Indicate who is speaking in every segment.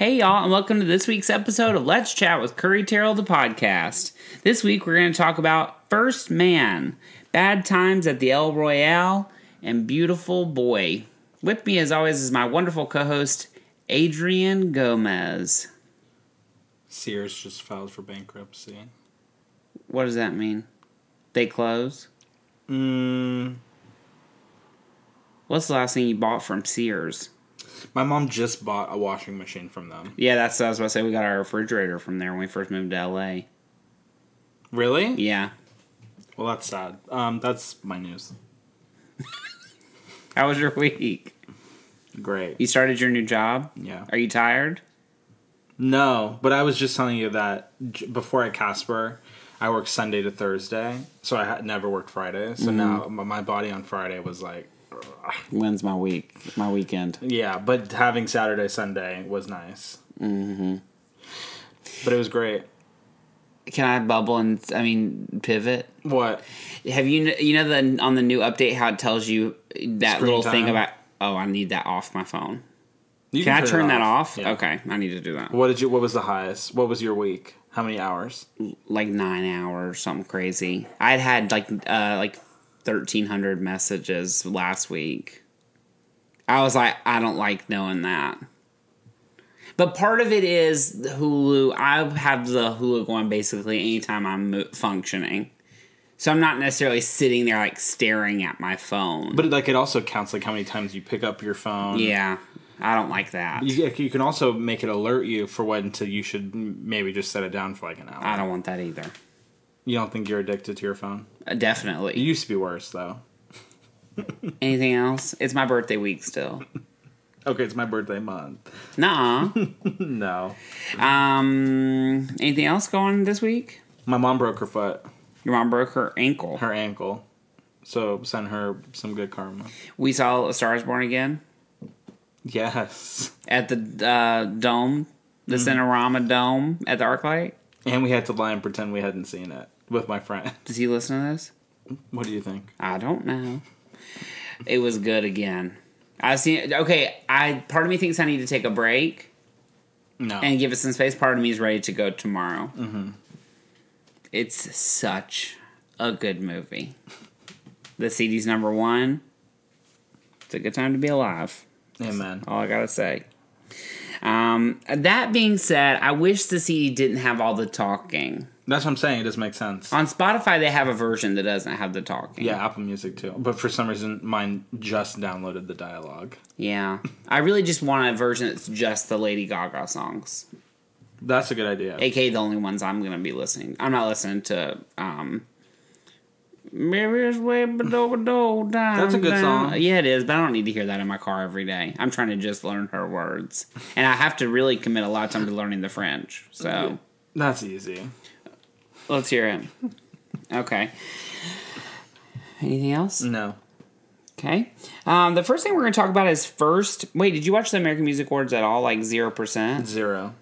Speaker 1: all, and welcome to this week's episode of Let's Chat with Curry Terrell, the podcast. This week, we're going to talk about First Man, Bad Times at the El Royale, and Beautiful Boy. With me, as always, is my wonderful co host, Adrian Gomez.
Speaker 2: Sears just filed for bankruptcy.
Speaker 1: What does that mean? They close?
Speaker 2: Mm,
Speaker 1: What's the last thing you bought from Sears?
Speaker 2: my mom just bought a washing machine from them.
Speaker 1: Yeah, that's what I was about to say. We got our refrigerator from there when we first moved to LA.
Speaker 2: Really?
Speaker 1: Yeah.
Speaker 2: Well, that's sad. Um, that's my news.
Speaker 1: How was your week?
Speaker 2: Great.
Speaker 1: You started your new job?
Speaker 2: Yeah.
Speaker 1: Are you tired?
Speaker 2: No, but I was just telling you that j- before at Casper, I worked Sunday to Thursday, so I had never worked Friday. So
Speaker 1: Mm-hmm.
Speaker 2: now my my body on Friday was like,
Speaker 1: When's my week? My weekend.
Speaker 2: yeah. But having Saturday Sunday was nice. Mm-hmm. But it was great.
Speaker 1: Can I bubble and I mean pivot?
Speaker 2: What?
Speaker 1: Have you you know the on the new update how it tells you that
Speaker 2: Screen
Speaker 1: little thing
Speaker 2: time.
Speaker 1: about oh I need that off my phone.
Speaker 2: You
Speaker 1: Can, I
Speaker 2: it
Speaker 1: turn that off?
Speaker 2: Yeah.
Speaker 1: Okay, I need to do that.
Speaker 2: What did you? What was the highest? What was your week? How many hours?
Speaker 1: Like nine hours, something crazy. I'd had like uh like thirteen hundred messages last week. I was like, I don't like knowing that. But part of it is the Hulu. I have the Hulu going basically anytime I'm mo- functioning. So I'm not necessarily sitting there like staring at my phone.
Speaker 2: But like it also counts like how many times you pick up your phone.
Speaker 1: yeah, I don't like that.
Speaker 2: You, you can also make it alert you for when to you should m- maybe just set it down for like an hour.
Speaker 1: I don't want that either.
Speaker 2: You don't think you're addicted to your phone?
Speaker 1: Uh,
Speaker 2: It
Speaker 1: Definitely.
Speaker 2: used to be worse though.
Speaker 1: Anything else? It's my birthday week still.
Speaker 2: Okay, it's my birthday month.
Speaker 1: Nuh
Speaker 2: No.
Speaker 1: Um, anything else going this week?
Speaker 2: My mom broke her foot,
Speaker 1: Your mom broke her ankle.
Speaker 2: her ankle. So send her some good karma.
Speaker 1: We saw A Star is Born again
Speaker 2: Yes.
Speaker 1: at the uh, dome, the Cinerama Dome at the Arclight.
Speaker 2: And we had to lie and pretend we hadn't seen it with my friend.
Speaker 1: Does he listen to this?
Speaker 2: What do you think?
Speaker 1: I don't know. It was good again. I've seen. Okay, I part of me thinks I need to take a break
Speaker 2: No.
Speaker 1: and give it some space. Part of me is ready to go tomorrow. Mm-hmm. It's such a good movie. The CD's number one. It's a good time to be alive.
Speaker 2: Amen.
Speaker 1: All I gotta say. Um, that being said, I wish the CD didn't have all the talking.
Speaker 2: That's what I'm saying. It doesn't make sense.
Speaker 1: On Spotify, they have a version that doesn't have the talking.
Speaker 2: Yeah, Apple Music too. But for some reason, mine just downloaded the dialogue.
Speaker 1: Yeah. I really just want a version that's just the Lady Gaga songs,
Speaker 2: That's a good idea.
Speaker 1: aka the only ones I'm gonna be listening. I'm not listening to. um Maybe it's way below That's
Speaker 2: That's a good song.
Speaker 1: Yeah, it is, but I don't need to hear that in my car every day. I'm trying to just learn her words, and I have to really commit a lot of time to learning the French. So.
Speaker 2: That's easy.
Speaker 1: Let's hear it. Okay. Anything else?
Speaker 2: No.
Speaker 1: Okay. Um, the first thing we're going to talk about is first. Wait, did you watch the American Music Awards at all? Like zero percent.
Speaker 2: Zero.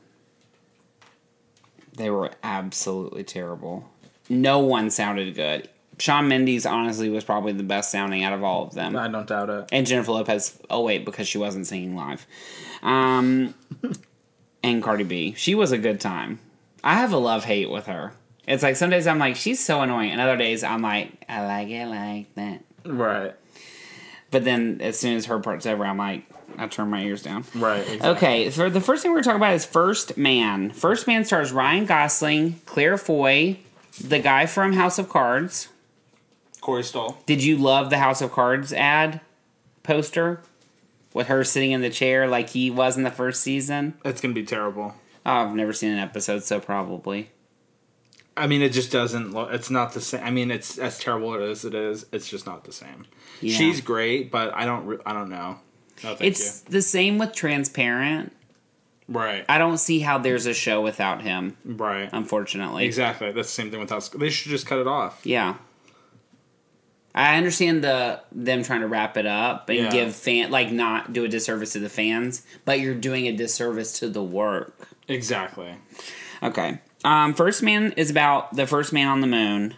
Speaker 1: They were absolutely terrible. No one sounded good. Sean Mendes honestly was probably the best sounding out of all of them.
Speaker 2: I don't doubt it.
Speaker 1: And Jennifer Lopez. Oh wait, because she wasn't singing live. Um, and Cardi B. She was a good time. I have a love hate with her. It's like some days I'm like she's so annoying, and other days I'm like I like it like that.
Speaker 2: Right.
Speaker 1: But then as soon as her part's over, I'm like I turn my ears down.
Speaker 2: Right. Exactly.
Speaker 1: Okay, so the first thing we're talking about is First Man. First Man stars Ryan Gosling, Claire Foy, the guy from House of Cards.
Speaker 2: Corey Stoll.
Speaker 1: Did you love the House of Cards ad poster with her sitting in the chair like he was in the first season?
Speaker 2: It's gonna be terrible.
Speaker 1: Oh, I've never seen an episode, so probably.
Speaker 2: I mean, it just doesn't. look It's not the same. I mean, it's as terrible as it is. It's just not the same.
Speaker 1: Yeah.
Speaker 2: She's great, but I don't. Re- I don't know. No, thank
Speaker 1: it's the same with Transparent.
Speaker 2: you. Right.
Speaker 1: I don't see how there's a show without him,
Speaker 2: right.
Speaker 1: unfortunately.
Speaker 2: exactly. That's the same thing with us. They should just cut it off.
Speaker 1: Yeah. I understand the them trying to wrap it up and
Speaker 2: Yeah.
Speaker 1: give fan like not do a disservice to the fans, but you're doing a disservice to the work.
Speaker 2: Exactly.
Speaker 1: Okay. Um, first man is about the first man on the moon,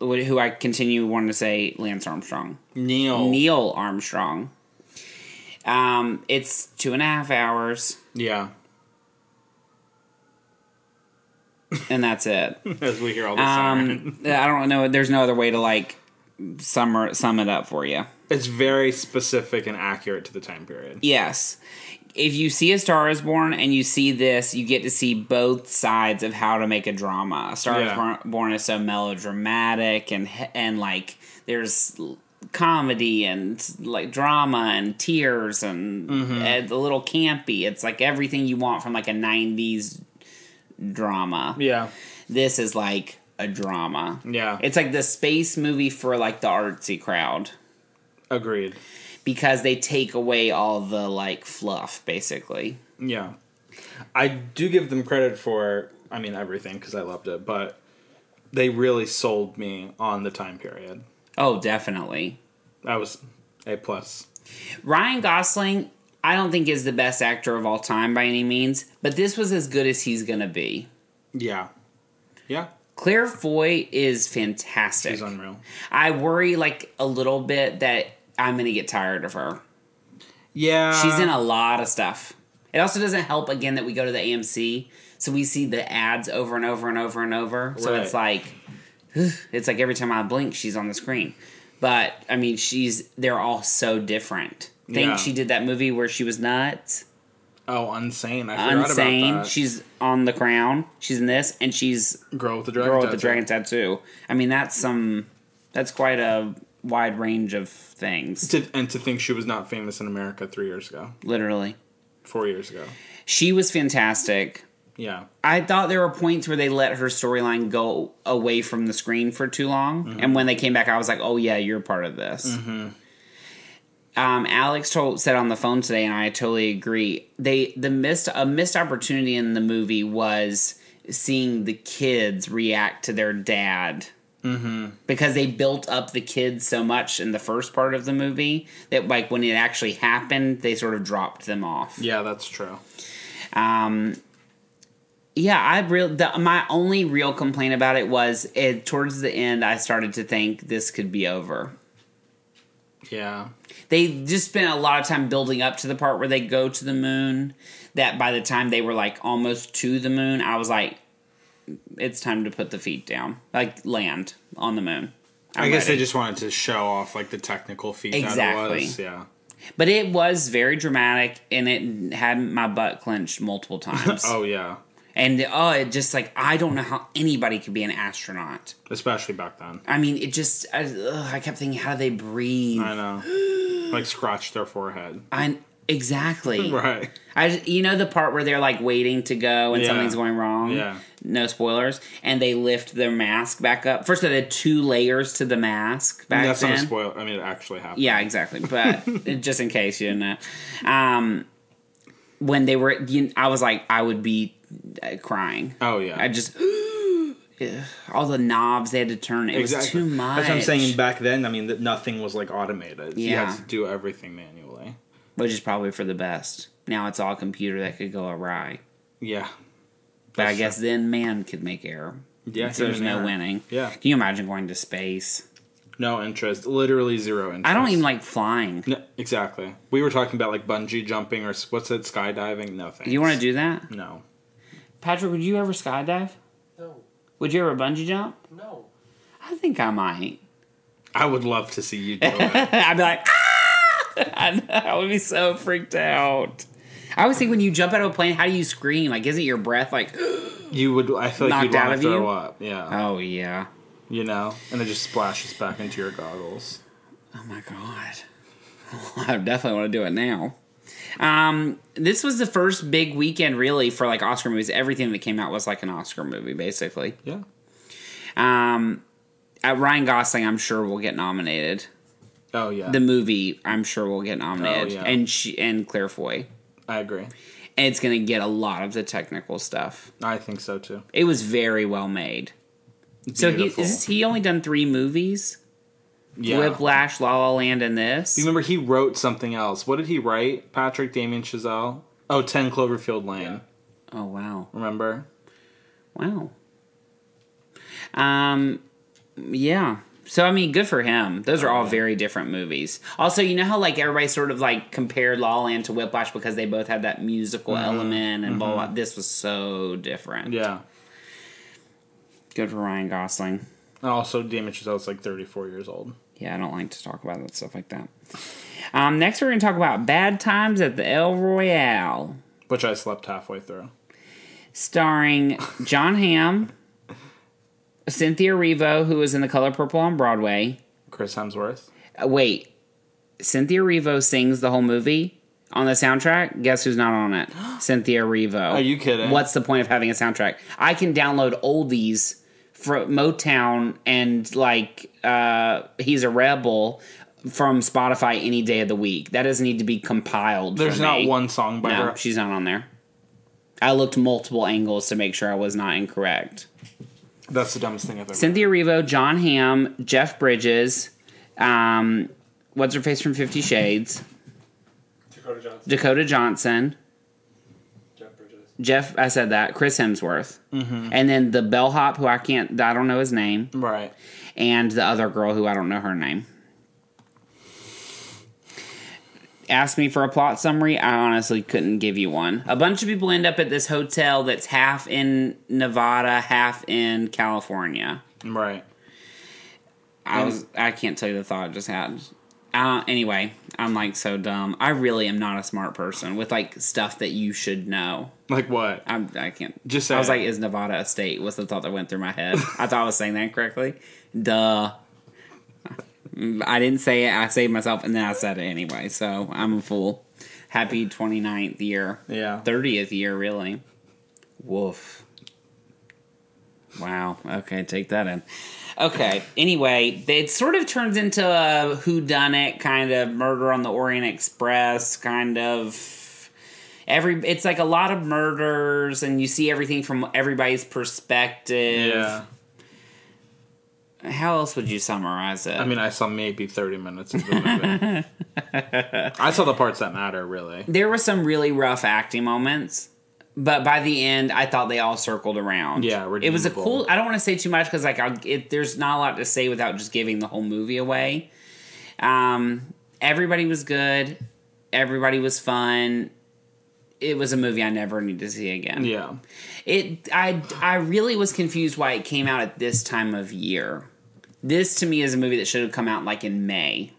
Speaker 1: wh- who I continue wanting to say Lance Armstrong,
Speaker 2: Neil.
Speaker 1: Neil Armstrong. Um, it's two and a half hours.
Speaker 2: Yeah.
Speaker 1: and that's it.
Speaker 2: as we hear all the sirens.
Speaker 1: Um, I don't know. There's no other way to like summer sum it up for you.
Speaker 2: It's very specific and accurate to the time period.
Speaker 1: Yes. If you see A Star is Born and you see this, you get to see both sides of how to make a drama. A Star
Speaker 2: Yeah.
Speaker 1: is Born- Born is so melodramatic and and like there's comedy and like drama and tears and, and a little campy. It's like everything you want from like a 90s drama.
Speaker 2: Yeah,
Speaker 1: This is like a drama.
Speaker 2: yeah,
Speaker 1: It's like the space movie for like the artsy crowd
Speaker 2: agreed.
Speaker 1: because they take away all the like fluff basically.
Speaker 2: Yeah, I do give them credit for. I mean everything because I loved it, but they really sold me on the time period.
Speaker 1: Oh, definitely.
Speaker 2: I was a plus.
Speaker 1: Ryan Gosling, I don't think is the best actor of all time by any means, but this was as good as he's going to be.
Speaker 2: Yeah, yeah,
Speaker 1: Claire Foy is fantastic.
Speaker 2: he's unreal.
Speaker 1: I worry like a little bit that I'm going to get tired of her.
Speaker 2: Yeah,
Speaker 1: She's in a lot of stuff. It also doesn't help again that we go to the AMC, so we see the ads over and over and over and over. So
Speaker 2: Right.
Speaker 1: it's like it's like every time I blink, she's on the screen. But I mean, she's they're all so different. Think
Speaker 2: Yeah.
Speaker 1: she did that movie where she was nuts,
Speaker 2: oh insane. I forgot about
Speaker 1: insane.
Speaker 2: that.
Speaker 1: She's on the crown. She's in this, and she's
Speaker 2: girl with the dragon.
Speaker 1: girl with the
Speaker 2: tattoo.
Speaker 1: dragon tattoo. I mean, that's some. That's quite a wide range of things.
Speaker 2: To- and to think she was not famous in America three years ago,
Speaker 1: Literally,
Speaker 2: four years ago.
Speaker 1: she was fantastic.
Speaker 2: Yeah,
Speaker 1: I thought there were points where they let her storyline go away from the screen for too long, and when they came back, I was like, "Oh yeah, you're part of this." Um, Alex told said on the phone today, and I totally agree. They the missed a missed opportunity in the movie was seeing the kids react to their dad because they built up the kids so much in the first part of the movie that like when it actually happened, they sort of dropped them off.
Speaker 2: yeah, that's true.
Speaker 1: Um, yeah, I real the, my only real complaint about it was it towards the end. I started to think this could be over.
Speaker 2: Yeah,
Speaker 1: They just spent a lot of time building up to the part where they go to the moon. That by the time they were like almost to the moon, I was like, it's time to put the feet down, like land on the moon.
Speaker 2: i
Speaker 1: I'm
Speaker 2: guess
Speaker 1: ready.
Speaker 2: they just wanted to show off like the technical feat that it
Speaker 1: Exactly.
Speaker 2: was. Yeah.
Speaker 1: But it was very dramatic, and it had my butt clenched multiple times.
Speaker 2: Oh yeah,
Speaker 1: And oh, it just like I don't know how anybody could be an astronaut.
Speaker 2: especially back then.
Speaker 1: I mean, it just, I, ugh, I kept thinking, how do they breathe?
Speaker 2: I know. like scratch their forehead.
Speaker 1: I, exactly.
Speaker 2: Right.
Speaker 1: I, you know the part where they're like waiting to go and
Speaker 2: Yeah.
Speaker 1: something's going wrong?
Speaker 2: Yeah.
Speaker 1: No spoilers. And they lift their mask back up. First, they had two layers to the mask back
Speaker 2: That's
Speaker 1: then.
Speaker 2: not a spoiler. I mean, it actually happened.
Speaker 1: Yeah, exactly. But just in case you didn't know. Um, when they were, you, I was like, I would be uh, crying.
Speaker 2: Oh yeah.
Speaker 1: I just, yeah. all the knobs they had to turn. It was too much.
Speaker 2: That's what I'm saying. Back then, I mean, that nothing was like automated. You
Speaker 1: Yeah.
Speaker 2: had to do everything manually.
Speaker 1: which is probably for the best. Now it's all computer that could go awry.
Speaker 2: Yeah.
Speaker 1: But I
Speaker 2: That's
Speaker 1: guess then man could make error.
Speaker 2: Yeah,
Speaker 1: So there's
Speaker 2: human
Speaker 1: no
Speaker 2: error.
Speaker 1: winning.
Speaker 2: Yeah.
Speaker 1: Can you imagine going to space?
Speaker 2: No interest. Literally zero interest.
Speaker 1: I don't even like flying.
Speaker 2: No, exactly. We were talking about like bungee jumping or s- what's it? Skydiving. Nothing.
Speaker 1: Do you want to do that?
Speaker 2: No.
Speaker 1: Patrick, would you ever skydive?
Speaker 3: No,
Speaker 1: Would you ever bungee jump?
Speaker 3: no.
Speaker 1: I think I might.
Speaker 2: I would love to see you do it.
Speaker 1: I'd be like, ah! I, know, I would be so freaked out. I always think when you jump out of a plane, how do you scream? Like, isn't your breath like,
Speaker 2: You would. I feel like
Speaker 1: Knocked
Speaker 2: you'd
Speaker 1: out
Speaker 2: want
Speaker 1: of
Speaker 2: to
Speaker 1: you?
Speaker 2: throw up. Yeah.
Speaker 1: oh yeah,
Speaker 2: You know, and it just splashes back into your goggles.
Speaker 1: Oh my god. I definitely want to do it now. Um, this was the first big weekend really for like Oscar movies. Everything that came out was like an Oscar movie, basically.
Speaker 2: Yeah.
Speaker 1: Um, uh, Ryan Gosling, I'm sure will get nominated.
Speaker 2: Oh yeah.
Speaker 1: The movie, I'm sure will get nominated,
Speaker 2: Oh, yeah.
Speaker 1: and she and Claire Foy,
Speaker 2: I agree.
Speaker 1: and it's gonna get a lot of the technical stuff.
Speaker 2: I think so too.
Speaker 1: It was very well made. So he
Speaker 2: Beautiful.
Speaker 1: is he only done three movies?
Speaker 2: Yeah.
Speaker 1: Whiplash, La La Land, and this.
Speaker 2: Remember, he wrote something else. What did he write? Patrick Damien Chazelle. Oh, 10 Cloverfield Lane.
Speaker 1: Oh wow.
Speaker 2: Remember?
Speaker 1: Wow. Um, yeah. So I mean, good for him. Those are all very different movies. Also, you know how like everybody sort of like compared La La Land to Whiplash because they both had that musical element and blah blah. This was so different.
Speaker 2: Yeah.
Speaker 1: Good for Ryan Gosling.
Speaker 2: And also, Damien Chazelle's like 34 years old.
Speaker 1: Yeah, I don't like to talk about that stuff like that. Um, next, we're going to talk about Bad Times at the El Royale,
Speaker 2: Which I slept halfway through.
Speaker 1: starring John Hamm, Cynthia Revo, who was in The Color Purple on Broadway.
Speaker 2: Chris Hemsworth.
Speaker 1: Uh, wait, Cynthia Revo sings the whole movie on the soundtrack. Guess who's not on it? Cynthia Revo.
Speaker 2: Are you kidding?
Speaker 1: What's the point of having a soundtrack? I can download oldies from Motown and like uh, he's a rebel from Spotify any day of the week. That doesn't need to be compiled. for
Speaker 2: There's not
Speaker 1: me.
Speaker 2: one song by
Speaker 1: No,
Speaker 2: her.
Speaker 1: she's not on there. I looked multiple angles to make sure I was not incorrect.
Speaker 2: That's the dumbest thing I've ever.
Speaker 1: Cynthia Revo, John Hamm, Jeff Bridges, um, what's her face from Fifty Shades,
Speaker 3: Dakota Johnson,
Speaker 1: Dakota Johnson,
Speaker 3: Jeff Bridges.
Speaker 1: Jeff. I said that. Chris Hemsworth, and then the bellhop who I can't. I don't know his name,
Speaker 2: right.
Speaker 1: and the other girl who I don't know her name. Ask me for a plot summary. I honestly couldn't give you one. A bunch of people end up at this hotel that's half in Nevada, half in California.
Speaker 2: Right.
Speaker 1: I was I can't tell you the thought I just had. Uh, anyway, I'm like so dumb. I really am not a smart person with like stuff that you should know.
Speaker 2: Like what?
Speaker 1: I'm, I can't.
Speaker 2: Just say
Speaker 1: I was
Speaker 2: it.
Speaker 1: like, is Nevada a state? Was the thought that went through my head? I thought I was saying that correctly. Duh. I didn't say it. I saved myself, and then I said it anyway. So I'm a fool. Happy 29th year,
Speaker 2: Yeah.
Speaker 1: 30th year, really. Woof. Wow. Okay, take that in. Okay. Anyway, it sort of turns into a whodunit kind of murder on the Orient Express kind of every. It's like a lot of murders, and you see everything from everybody's perspective.
Speaker 2: Yeah.
Speaker 1: How else would you summarize it?
Speaker 2: I mean, I saw maybe 30 minutes of the movie. I saw the parts that matter, really.
Speaker 1: there were some really rough acting moments, but by the end, I thought they all circled around.
Speaker 2: Yeah,
Speaker 1: it was a
Speaker 2: redeemable.
Speaker 1: cool. I don't want to say too much because like I'll, it, there's not a lot to say without just giving the whole movie away. Um, everybody was good. Everybody was fun. It was a movie I never need to see again.
Speaker 2: Yeah.
Speaker 1: It I I really was confused why it came out at this time of year. This to me is a movie that should have come out like in May.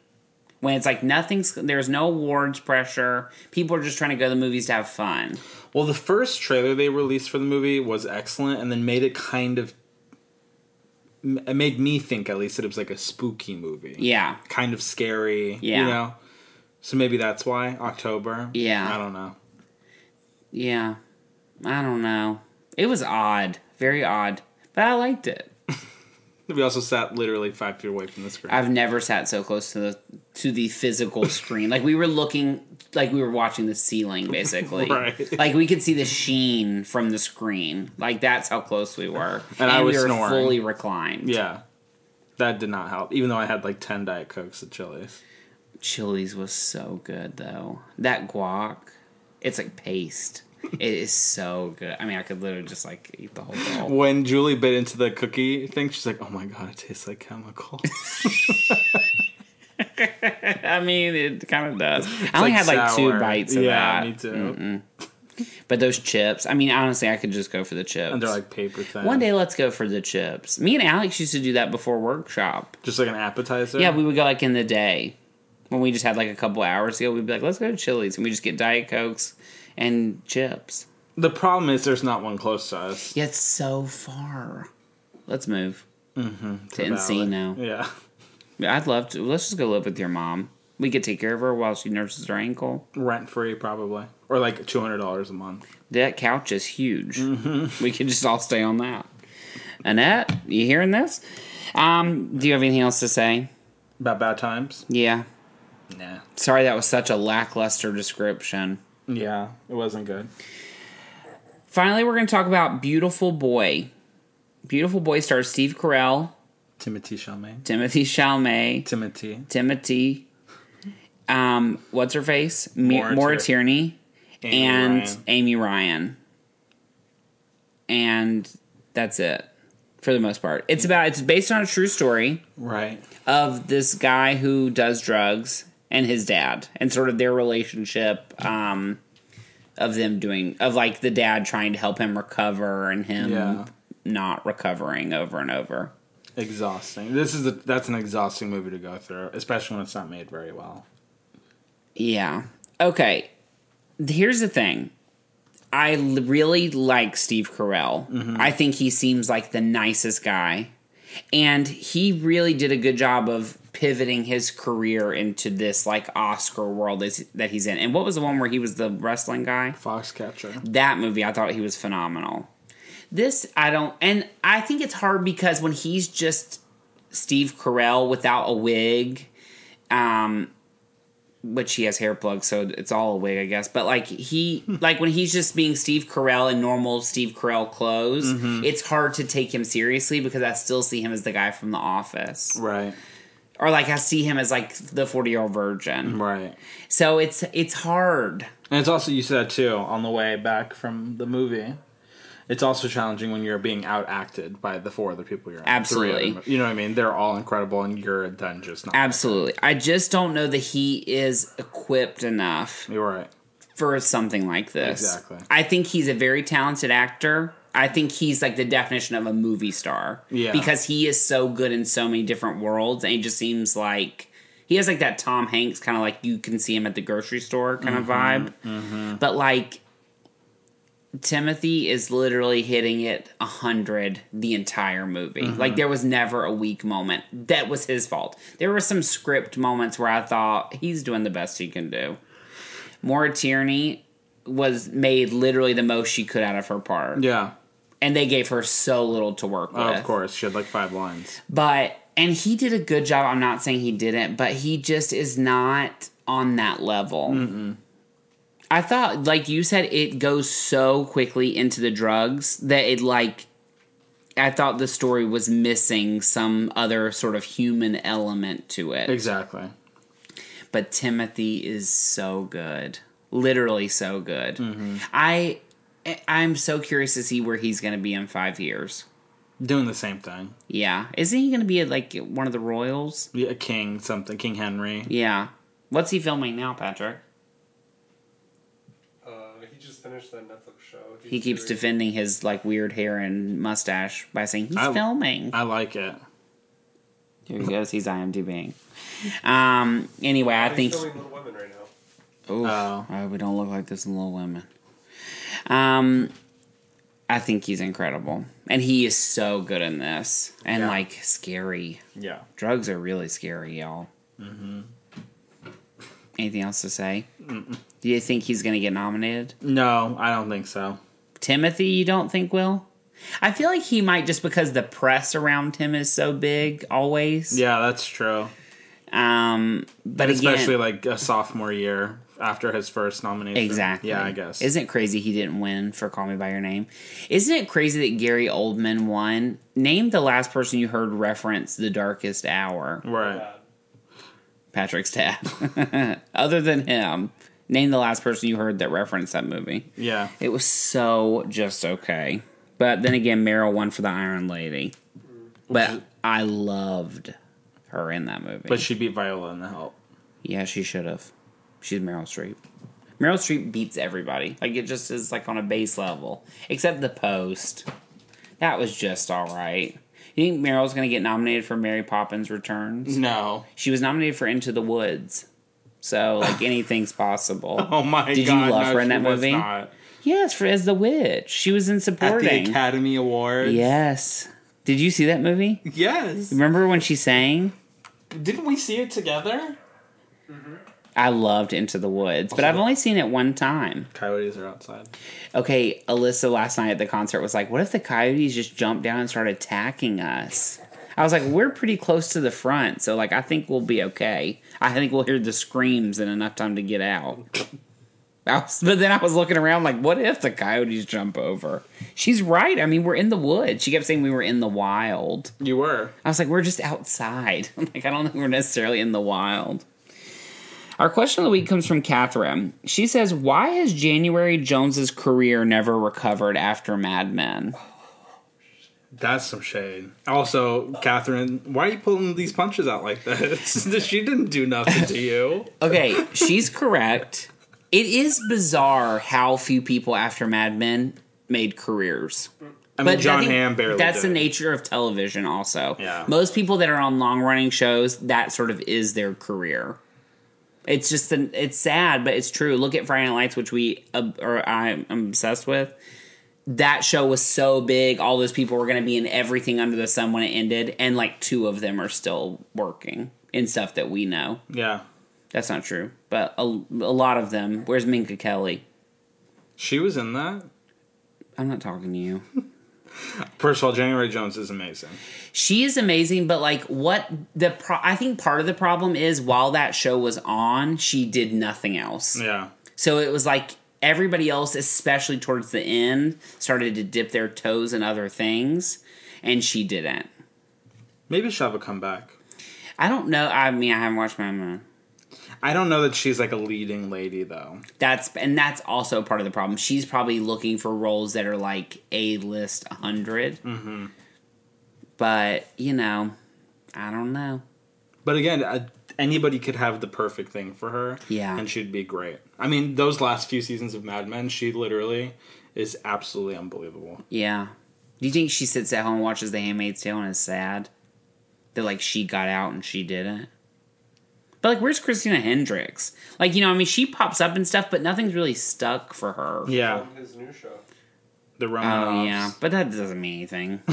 Speaker 1: When it's like nothing's there's no awards pressure. People are just trying to go to the movies to have fun.
Speaker 2: Well, the first trailer they released for the movie was excellent and then made it kind of. m- It made me think, at least, that it was like a spooky movie.
Speaker 1: Yeah.
Speaker 2: Kind of scary.
Speaker 1: Yeah.
Speaker 2: You know? So maybe that's why. October.
Speaker 1: Yeah.
Speaker 2: I don't know.
Speaker 1: Yeah. I don't know. It was odd. Very odd. But I liked it.
Speaker 2: We also sat literally five feet away from the screen.
Speaker 1: I've never sat so close to the to the physical screen. Like we were looking like we were watching the ceiling basically.
Speaker 2: Right.
Speaker 1: Like we could see the sheen from the screen. Like that's how close we were.
Speaker 2: And I was
Speaker 1: we were
Speaker 2: snoring.
Speaker 1: fully reclined.
Speaker 2: yeah. That did not help, even though I had like 10 Diet Cokes at Chili's.
Speaker 1: Chili's was so good though. That guac, it's like paste. it is so good. I mean, I could literally just like eat the whole bowl.
Speaker 2: When Julie bit into the cookie thing, she's like, oh my god, it tastes like chemicals.
Speaker 1: I mean, it kind of does. I only had like two
Speaker 2: sour.
Speaker 1: bites of
Speaker 2: yeah,
Speaker 1: that.
Speaker 2: me too.
Speaker 1: But those chips, I mean, honestly, I could just go for the chips.
Speaker 2: And they're like paper thin.
Speaker 1: One day, let's go for the chips. Me and Alex used to do that before workshop.
Speaker 2: Just like an appetizer?
Speaker 1: Yeah, we would go like in the day when we just had like a couple hours ago. We'd be like, let's go to Chili's, and we just get Diet Cokes and chips.
Speaker 2: The problem is there's not one close to us.
Speaker 1: Yet so far. Let's move to
Speaker 2: Valid.
Speaker 1: Encino.
Speaker 2: Yeah.
Speaker 1: I'd love to. Let's just go live with your mom. We could take care of her while she nurses her ankle.
Speaker 2: Rent free, probably. Or like $200 a month.
Speaker 1: That couch is huge. We could just all stay on that. Annette, you hearing this? Um, do you have anything else to say?
Speaker 2: About bad times?
Speaker 1: Yeah.
Speaker 2: Nah.
Speaker 1: Sorry, that was such a lackluster description.
Speaker 2: Yeah, it wasn't good.
Speaker 1: Finally, we're going to talk about Beautiful Boy. Beautiful Boy stars Steve Carell,
Speaker 2: Timothy Chalamet.
Speaker 1: Timothy Chalamet,
Speaker 2: Timothy.
Speaker 1: Timothy, um, what's her face? Me-
Speaker 2: Maura
Speaker 1: Maura,
Speaker 2: Tier-
Speaker 1: Tierney,
Speaker 2: Amy
Speaker 1: and
Speaker 2: Ryan.
Speaker 1: Amy Ryan. And that's it for the most part. It's about, it's based on a true story.
Speaker 2: Right.
Speaker 1: of this guy who does drugs and his dad and sort of their relationship um of them doing of like the dad trying to help him recover and him
Speaker 2: Yeah.
Speaker 1: not recovering over and over.
Speaker 2: Exhausting. This is a, that's an exhausting movie to go through, especially when it's not made very well.
Speaker 1: Yeah. Okay. Here's the thing. I l- really like Steve Carell. I think he seems like the nicest guy. And he really did a good job of pivoting his career into this like Oscar world is, that he's in. And what was the one where he was the wrestling guy?
Speaker 2: Foxcatcher.
Speaker 1: That movie, I thought he was phenomenal. This, I don't, and I think it's hard because when he's just Steve Carell without a wig, um, which he has hair plugs, so it's all a wig, I guess. But like he, like when he's just being Steve Carell in normal Steve Carell clothes, it's hard to take him seriously because I still see him as the guy from The Office,
Speaker 2: Right.
Speaker 1: or like I see him as like the forty year old virgin.
Speaker 2: Right.
Speaker 1: So it's it's hard.
Speaker 2: And it's also you said too on the way back from the movie. It's also challenging when you're being out acted by the four other people you're
Speaker 1: Absolutely.
Speaker 2: three other- you know what I mean. They're all incredible, and you're then just not.
Speaker 1: Absolutely. I just don't know that he is equipped enough
Speaker 2: You're right.
Speaker 1: for something like this.
Speaker 2: Exactly.
Speaker 1: I think he's a very talented actor. I think he's like the definition of a movie star.
Speaker 2: Yeah.
Speaker 1: Because he is so good in so many different worlds and he just seems like he has like that Tom Hanks kind of like you can see him at the grocery store kind of
Speaker 2: Mm-hmm.
Speaker 1: vibe. But like Timothy is literally hitting it a hundred the entire movie.
Speaker 2: Mm-hmm.
Speaker 1: Like there was never a weak moment. That was his fault. There were some script moments where I thought he's doing the best he can do. Maura Tierney was made literally the most she could out of her part,
Speaker 2: Yeah.
Speaker 1: and they gave her so little to work with.
Speaker 2: Oh, of course, she had like five lines.
Speaker 1: but and he did a good job. I'm not saying he didn't, but he just is not on that level. I thought, like you said, it goes so quickly into the drugs that it like. I thought the story was missing some other sort of human element to it.
Speaker 2: Exactly.
Speaker 1: but Timothy is so good, literally so good. I eh, I'm so curious to see where he's going to be in five years.
Speaker 2: Doing the same thing.
Speaker 1: Yeah, isn't he going to be at like one of the Royals?
Speaker 2: Yeah, King something. King Henry.
Speaker 1: Yeah. What's he filming now, Patrick?
Speaker 3: Uh, he just finished that Netflix show.
Speaker 1: He keeps
Speaker 3: doing-
Speaker 1: defending his like weird hair and mustache by saying he's
Speaker 2: I-
Speaker 1: filming.
Speaker 2: I like it.
Speaker 1: Here he goes. He's IMDbing. Um. Anyway, I
Speaker 3: He's
Speaker 1: think.
Speaker 3: filming Little Women right now.
Speaker 1: Oof.
Speaker 2: Oh.
Speaker 1: Oh, we don't look like this in Little Women. Um, I think he's incredible, and he is so good in this, and
Speaker 2: Yeah.
Speaker 1: like scary.
Speaker 2: Yeah.
Speaker 1: Drugs are really scary, y'all.
Speaker 2: Mm-hmm.
Speaker 1: Anything else to say? Do you think he's gonna get nominated?
Speaker 2: No, I don't think so.
Speaker 1: Timothy, you don't think will? I feel like he might just because the press around him is so big always.
Speaker 2: Yeah, that's true.
Speaker 1: Um, but
Speaker 2: Especially
Speaker 1: again,
Speaker 2: like a sophomore year after his first nomination.
Speaker 1: Exactly.
Speaker 2: Yeah, I guess.
Speaker 1: Isn't it crazy he didn't win for Call Me by Your Name? Isn't it crazy that Gary Oldman won? Name the last person you heard reference The Darkest Hour.
Speaker 2: right.
Speaker 3: Bad.
Speaker 1: Patrick's dad. Other than him, name the last person you heard that referenced that movie.
Speaker 2: Yeah.
Speaker 1: It was so just okay. But then again, Meryl won for the Iron Lady. But I loved her in that movie.
Speaker 2: But she beat Viola in the help.
Speaker 1: Yeah, she should have. She's Meryl Streep. Meryl Streep beats everybody. Like it just is like on a base level, except the post. That was just all right. You think Meryl's gonna get nominated for Mary Poppins
Speaker 2: Mm-hmm.
Speaker 1: Returns?
Speaker 2: No.
Speaker 1: She was nominated for Into the Woods, so like anything's possible.
Speaker 2: Oh my
Speaker 1: Did you
Speaker 2: god.
Speaker 1: love
Speaker 2: no,
Speaker 1: her in
Speaker 2: she
Speaker 1: that
Speaker 2: was
Speaker 1: movie?
Speaker 2: not.
Speaker 1: Yes, for as the witch, she was in
Speaker 2: At the
Speaker 1: supporting.
Speaker 2: Academy Awards.
Speaker 1: yes. Did you see that movie?
Speaker 2: Yes.
Speaker 1: Remember when she sang?
Speaker 2: Didn't we see it together?
Speaker 1: I loved Into the Woods, but I've only seen it one time.
Speaker 2: Coyotes are outside.
Speaker 1: Okay, Alyssa last night at the concert was like, "What if the coyotes just jump down and start attacking us?" I was like, "We're pretty close to the front, so like I think we'll be okay. I think we'll hear the screams in enough time to get out." I was, but then I was looking around like, "What if the coyotes jump over?" She's right. I mean, we're in the woods. She kept saying we were in the wild.
Speaker 2: You were.
Speaker 1: I was like, "We're just outside. like I don't think we're necessarily in the wild." Our question of the week comes from Catherine. She says, Why has January Jones's career never recovered after Mad Men?
Speaker 2: That's some shade. Also, Catherine, why are you pulling these punches out like this? she didn't do nothing to you.
Speaker 1: Okay, she's correct. It is bizarre how few people after Mad Men made careers.
Speaker 2: I mean,
Speaker 1: But I
Speaker 2: John
Speaker 1: think
Speaker 2: Hamm barely.
Speaker 1: That's
Speaker 2: did
Speaker 1: the
Speaker 2: it.
Speaker 1: nature of television. Also,
Speaker 2: Yeah.
Speaker 1: most people that are on long running shows, that sort of is their career. It's just an, it's sad, but it's true. Look at Friday Night Lights, which we uh, or I'm obsessed with. That show was so big; all those people were going to be in everything under the sun when it ended, and like two of them are still working in stuff that we know.
Speaker 2: Yeah,
Speaker 1: That's not true, but a, a lot of them. Where's Minka Kelly?
Speaker 2: she was in that.
Speaker 1: I'm not talking to you.
Speaker 2: First of all, January Jones is amazing.
Speaker 1: she is amazing but like what the pro- i think part of the problem is while that show was on she did nothing else
Speaker 2: Yeah,
Speaker 1: so it was like everybody else especially towards the end started to dip their toes in other things and she didn't
Speaker 2: maybe she'll have a comeback.
Speaker 1: i don't know i mean i haven't watched my own
Speaker 2: I don't know that she's like a leading lady though.
Speaker 1: that's and that's also part of the problem she's probably looking for roles that are like a list 100 mm-hmm. but you know i don't know
Speaker 2: But again, I, anybody could have the perfect thing for her.
Speaker 1: Yeah.
Speaker 2: and she'd be great. I mean, those last few seasons of Mad Men, she literally is absolutely unbelievable.
Speaker 1: Yeah. Do you think she sits at home and watches The Handmaid's Tale and is sad that like she got out and she didn't? But like, where's Christina Hendricks? Like, you know, I mean, she pops up and stuff, but nothing's really stuck for her.
Speaker 2: Yeah,
Speaker 3: From his new show.
Speaker 2: the
Speaker 1: Oh
Speaker 2: Romanovs.
Speaker 1: yeah, but that doesn't mean anything.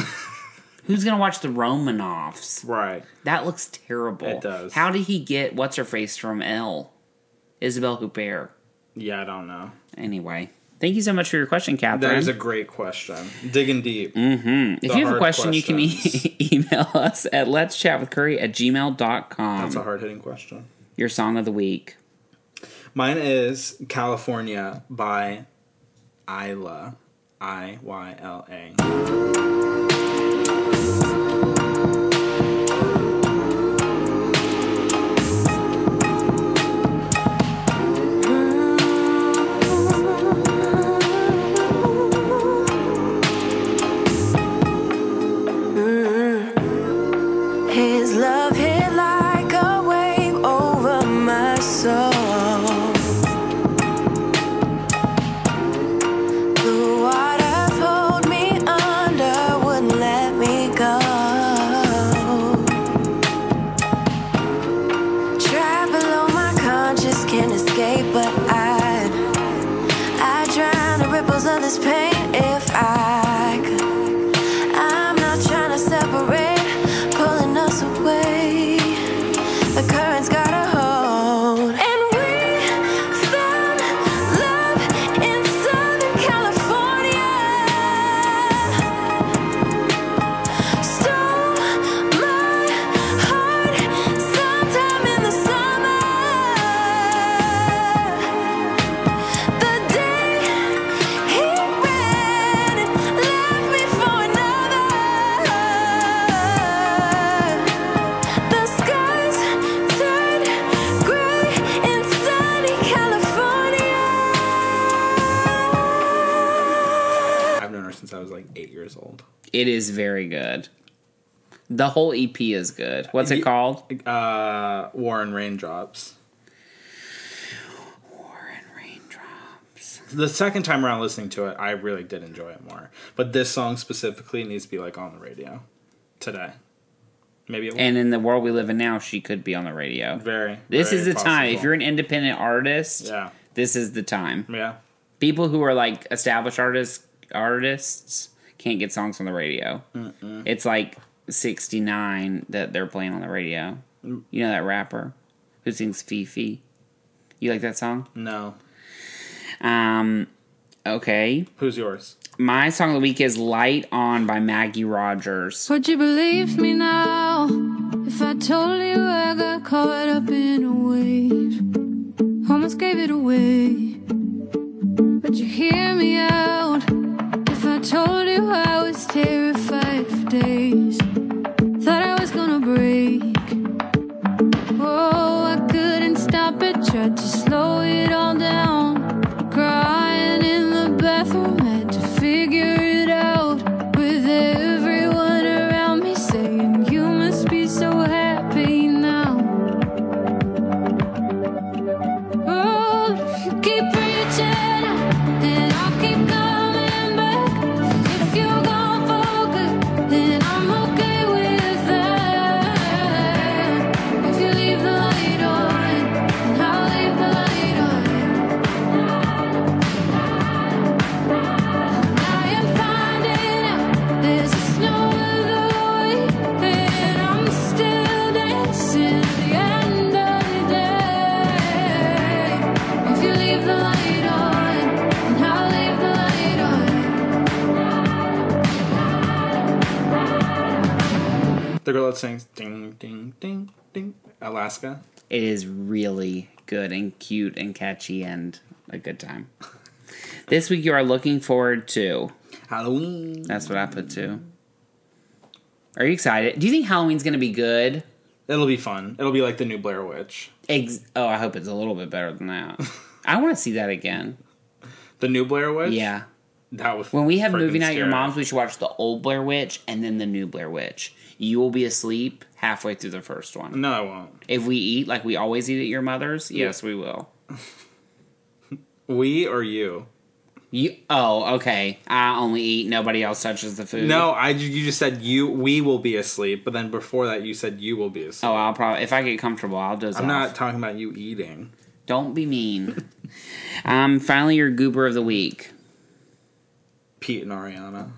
Speaker 1: Who's gonna watch the Romanoffs?
Speaker 2: right.
Speaker 1: That looks terrible.
Speaker 2: It does.
Speaker 1: How did he get what's her face from L? Isabel Huppert.
Speaker 2: Yeah, I don't know.
Speaker 1: Anyway, thank you so much for your question, Catherine.
Speaker 2: That is a great question. Digging deep.
Speaker 1: Mm-hmm. If
Speaker 2: the
Speaker 1: you have a
Speaker 2: hard
Speaker 1: question, you
Speaker 2: questions.
Speaker 1: can e- email us at let's chat with curry at gmail.com.
Speaker 2: That's a hard hitting question.
Speaker 1: Your song of the week.
Speaker 2: Mine is California by Isla. I Y L A.
Speaker 4: Mm-hmm. His love hit like a wave over my soul. The water pulled me under, wouldn't let me go. Trapped below my conscience, can't escape, but I'd, I'd drown the ripples of this pain if I could. I'm not trying to separate, pulling us away. The current's got a hold. And we found love in Southern California. Stole my heart sometime in the summer. The day he ran and left me for another. The skies turned gray in sunny California.
Speaker 2: I've known her since I was like eight years old.
Speaker 1: It is very good. The whole EP is good. What's it
Speaker 2: Ye-
Speaker 1: called?
Speaker 2: Uh, Warren Raindrops.
Speaker 1: Warren Raindrops.
Speaker 2: The second time around listening to it, I really did enjoy it more. But this song specifically needs to be like on the radio today. Maybe it will.
Speaker 1: And in the world we live in now, she could be on the radio.
Speaker 2: very.
Speaker 1: This
Speaker 2: very
Speaker 1: is the time.
Speaker 2: possible.
Speaker 1: If you're an independent artist,
Speaker 2: yeah,
Speaker 1: this is the time.
Speaker 2: yeah,
Speaker 1: People who are like established artists artists can't get songs on the radio. It's like 69 that they're playing on the radio. You know that rapper who sings Fifi? You like that song?
Speaker 2: no.
Speaker 1: Um, okay.
Speaker 2: Who's yours?
Speaker 1: My song of the week is Light On by Maggie Rogers.
Speaker 5: Would you believe me now if I told you I got caught up in a wave? Almost gave it away. Would you hear me out if I told you I was terrified for days? Thought I was gonna break. Oh, I couldn't stop it, tried to slow it all down. Crying in the bathroom, had to figure it out. With everyone around me saying, You must be so happy now. Oh, you keep preaching, and I'll keep going.
Speaker 2: The girl that sings ding ding ding ding Alaska.
Speaker 1: It is really good and cute and catchy and a good time. this week you are looking forward to.
Speaker 2: Halloween.
Speaker 1: That's what I put too. Are you excited? Do you think Halloween's going to be good?
Speaker 2: It'll be fun. It'll be like the new Blair Witch.
Speaker 1: Ex- oh, I hope it's a little bit better than that. I want to see that again.
Speaker 2: The new Blair Witch.
Speaker 1: Yeah.
Speaker 2: That was
Speaker 1: When we have
Speaker 2: freaking
Speaker 1: movie night at your
Speaker 2: scary.
Speaker 1: mom's, we should watch the old Blair Witch and then the new Blair Witch. You will be asleep halfway through the first one.
Speaker 2: No, I won't.
Speaker 1: If we eat like we always eat at your mother's, yes, we will.
Speaker 2: We or you?
Speaker 1: You oh okay. I only eat. Nobody else touches the food.
Speaker 2: No, I. ju- You just said you. We will be asleep, but then before that, you said you will be asleep.
Speaker 1: Oh, I'll probably if I get comfortable, I'll doze
Speaker 2: I'm
Speaker 1: off.
Speaker 2: not talking about you eating.
Speaker 1: Don't be mean. um, finally, your goober of the week.
Speaker 2: Pete and Ariana.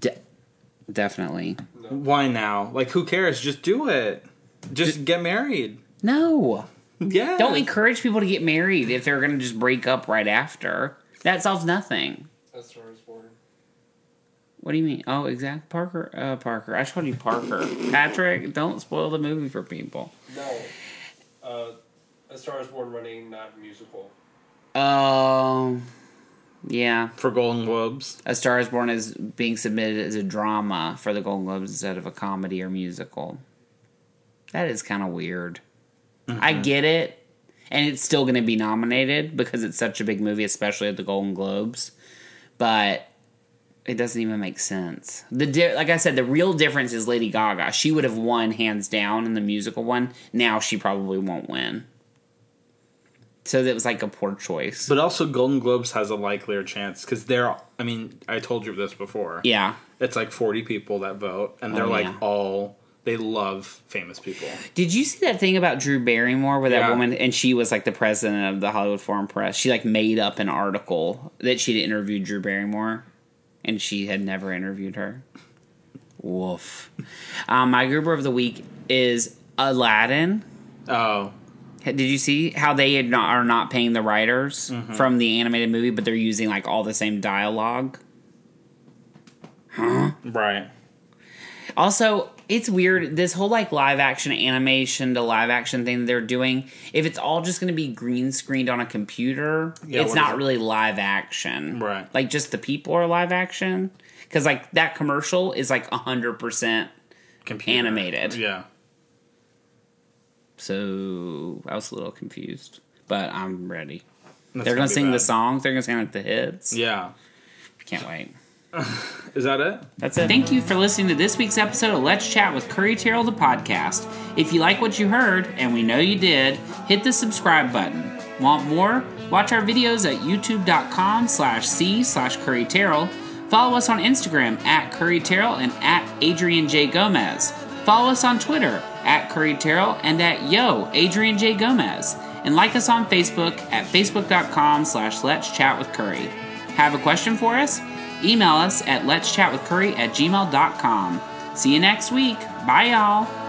Speaker 1: De- definitely
Speaker 2: Why now? Like, who cares? Just do it. Just get married.
Speaker 1: no.
Speaker 2: Yeah.
Speaker 1: Don't encourage people to get married if they're gonna just break up right after. That solves nothing.
Speaker 3: As Star is Born.
Speaker 1: What do you mean? Oh, exact Parker. Uh, Parker. I told you Parker. Patrick, don't spoil the movie for people.
Speaker 3: No. Uh, As Star is Born running, not musical.
Speaker 1: Um. yeah.
Speaker 2: for Golden Globes.
Speaker 1: A Star is Born is being submitted as a drama for the Golden Globes instead of a comedy or musical. That is kind of weird. I get it. And it's still going to be nominated because it's such a big movie, especially at the Golden Globes. But it doesn't even make sense. The di- like I said, the real difference is Lady Gaga. She would have won hands down in the musical one. Now she probably won't win. So that was like a poor choice.
Speaker 2: But also, Golden Globes has a likelier chance because they're. I mean, I told you this before.
Speaker 1: yeah.
Speaker 2: It's like 40 people that vote, and they're
Speaker 1: Oh,
Speaker 2: like
Speaker 1: yeah.
Speaker 2: all. They love famous people.
Speaker 1: Did you see that thing about Drew Barrymore where that
Speaker 2: Yeah.
Speaker 1: woman and she was like the president of the Hollywood Foreign Press? She like made up an article that she'd interviewed Drew Barrymore and she had never interviewed her. Woof. Um, my Goober of the week is Aladdin.
Speaker 2: Oh.
Speaker 1: Did you see how they had not, are not paying the writers from the animated movie, but they're using like all the same dialogue?
Speaker 2: Right.
Speaker 1: Also, it's weird this whole like live action animation to live action thing they're doing. If it's all just going to be green screened on a computer,
Speaker 2: Yeah,
Speaker 1: it's
Speaker 2: what
Speaker 1: not
Speaker 2: is it?
Speaker 1: really live action.
Speaker 2: Right.
Speaker 1: Like just the people are live action cuz like that commercial is like 100%
Speaker 2: Computer.
Speaker 1: Animated.
Speaker 2: Yeah.
Speaker 1: so I was a little confused, but I'm ready.
Speaker 2: That's
Speaker 1: they're going
Speaker 2: be
Speaker 1: to sing the
Speaker 2: bad.
Speaker 1: songs, they're going to sing like the hits.
Speaker 2: Yeah.
Speaker 1: Can't wait.
Speaker 2: Is that it?
Speaker 1: That's it. Thank you for listening to this week's episode of Let's Chat with Curry Terrell, the podcast. If you like what you heard, and we know you did, hit the subscribe button. Want more? Watch our videos at youtube.com slash C slash Curry Terrell. Follow us on Instagram at Curry Terrell and at Adrian J. Gomez. Follow us on Twitter at Curry Terrell and at Yo, Adrian J. Gomez. And like us on Facebook at facebook.com slash Let's Chat with Curry. Have a question for us? Email us at let's chat with curry at gmail.com. See you next week. Bye, y'all.